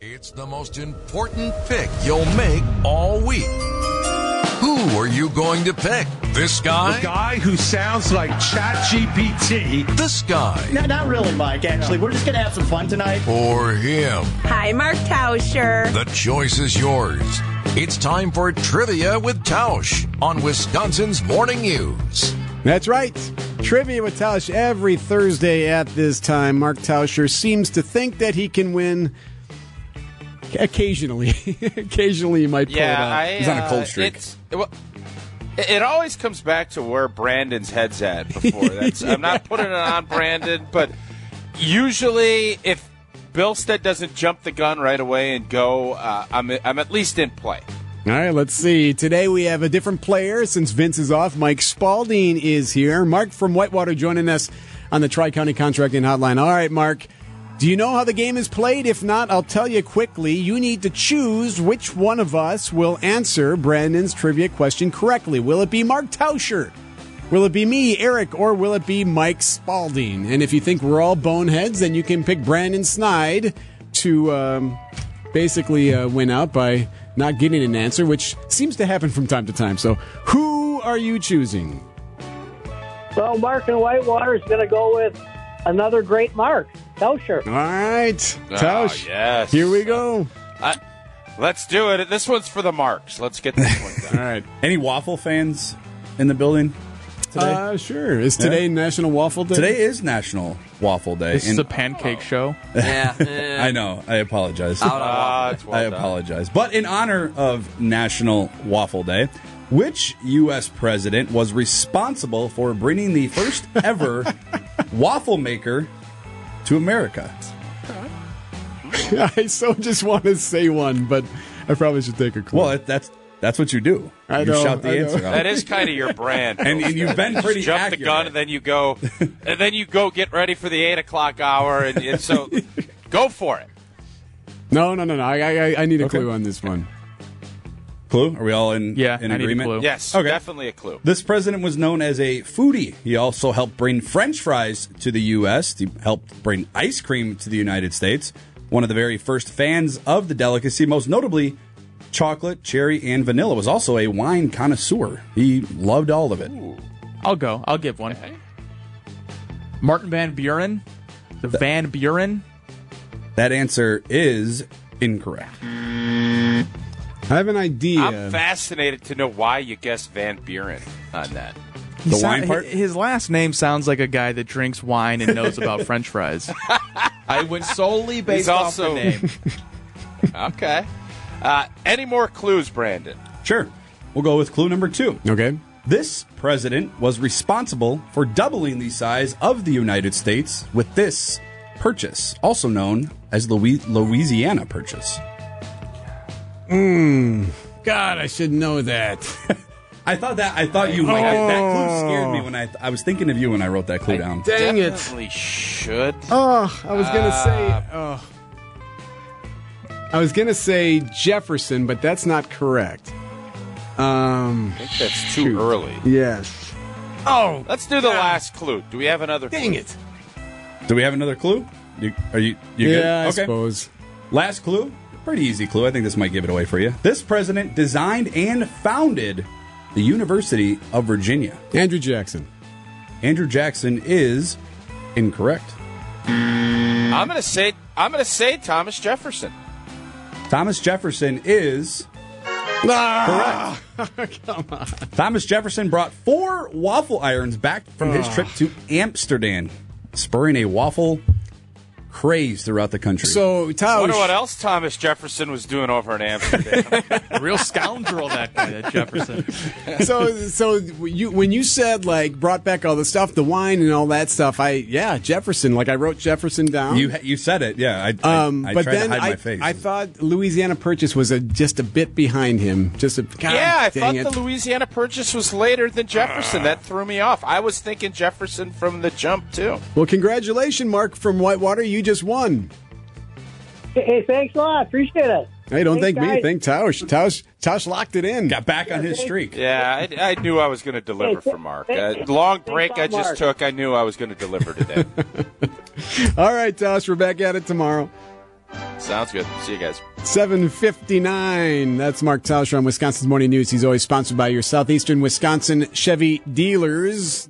It's the most important pick you'll make all week. Who are you going to pick? This The guy? guy who sounds like ChatGPT. This guy? No, not really, Mike, actually. We're just going to have some fun tonight. Or him? Hi, Mark Tauscher. The choice is yours. It's time for Trivia with Tausch on Wisconsin's Morning News. That's right. Trivia with Tausch every Thursday at this time. Mark Tauscher seems to think that he can win. Occasionally, occasionally he might pull it Yeah, out. I, He's on a uh, cold streak. it's- It, well, it it always comes back to where Brandon's head's at before. That's, I'm not putting it on Brandon, but usually if Bilstead doesn't jump the gun right away and go, uh, I'm, I'm at least in play. All right, let's see. Today we have a different player since Vince is off. Mike Spalding is here. Mark from Whitewater joining us on the Tri County Contracting Hotline. All right, Mark, do you know how the game is played? If not, I'll tell you quickly. You need to choose which one of us will answer Brandon's trivia question correctly. Will it be Mark Tauscher? Will it be me, Eric, or will it be Mike Spalding? And if you think we're all boneheads, then you can pick Brandon Snide to um, basically uh, win out by not getting an answer, which seems to happen from time to time. So, who are you choosing? Well, Mark and Whitewater is going to go with another great Mark, Tauscher. All right, Tausch. yes. Here we go. Let's do it. This one's for the marks. Let's get this one done. All right. Any waffle fans in the building today? Uh, sure. Is today National Waffle Day? today is National Waffle Day. This is and a pancake show. Yeah. eh, I know. I apologize. Out on waffle. Ah, it's well I done. apologize. But in honor of National Waffle Day, which U.S. president was responsible for bringing the first ever waffle maker to America? I so just want to say one, but I probably should take a clue. Well, it- that's that's what you do. I you know, shout the I know. answer out. That is kind of your brand, And- Bill and you've Stead. been Just pretty jump the accurate. gun, and then you go, and then you go get ready for the eight o'clock hour, and, and so go for it. no, no, no, no. I, I, I need a Okay. clue on this one. Clue? Are we all in, Yeah, in I need a agreement? clue. Yes, Okay. definitely a clue. This president was known as a foodie. He also helped bring French fries to the U.S., he helped bring ice cream to the United States. One of the very first fans of the delicacy, most notably chocolate, cherry, and vanilla, was also a wine connoisseur. He loved all of it. I'll go. I'll give one. Martin Van Buren. The Van Buren. That answer is incorrect. I have an idea. I'm fascinated to know why you guessed Van Buren on that. The wine part? His last name sounds like a guy that drinks wine and knows about French fries. I went solely based He's also off the name. okay. Uh, any more clues, Brandon? Sure. We'll go with clue number two. okay. This president was responsible for doubling the size of the United States with this purchase, also known as Louis- Louisiana Purchase. God, I should know that. I thought that I thought you might. That clue scared me when I I was thinking of you when I wrote that clue down. Dang it. Definitely should. Oh, I was going to say. Oh. I was going to say Jefferson, but that's not correct. Um, I think that's too Shoot. early. yes. Oh, Let's do the last clue. Do we have another? dang clue? it. Do we have another clue? You, are you you good? yeah, I okay. suppose. Last clue. Pretty easy clue. I think this might give it away for you. This president designed and founded the University of Virginia. Andrew Jackson. Andrew Jackson is incorrect. I'm gonna say. I'm gonna say Thomas Jefferson. Thomas Jefferson is Ah! correct. Thomas Jefferson brought four waffle irons back from Ah. his trip to Amsterdam, spurring a waffle craze throughout the country. So, I Tausch. wonder what else Thomas Jefferson was doing over in Amsterdam. Real scoundrel that guy, that Jefferson. so, so you when you said like brought back all the stuff, the wine and all that stuff. I yeah, Jefferson. Like I wrote Jefferson down. you you said it, yeah. I, I- um, I, but tried then to hide I, my face. I thought Louisiana Purchase was a, just a bit behind him. Just a God, yeah, I dang thought it. the Louisiana Purchase was later than Jefferson. that threw me off. I was thinking Jefferson from the jump too. Well, congratulations, Mark from Whitewater. You just won. Hey, thanks a lot. Appreciate it. Hey, don't thank Thanks, me. guys. Thank Tausch. Tausch. Tausch locked it in. got back on his streak. Yeah, I, I knew I was going to deliver for Mark. Uh, long break I just took. I knew I was going to deliver today. All right, Tausch. We're back at it tomorrow. Sounds good. See you guys. 759. That's Mark Tauscher on Wisconsin's Morning News. He's always sponsored by your Southeastern Wisconsin Chevy dealers.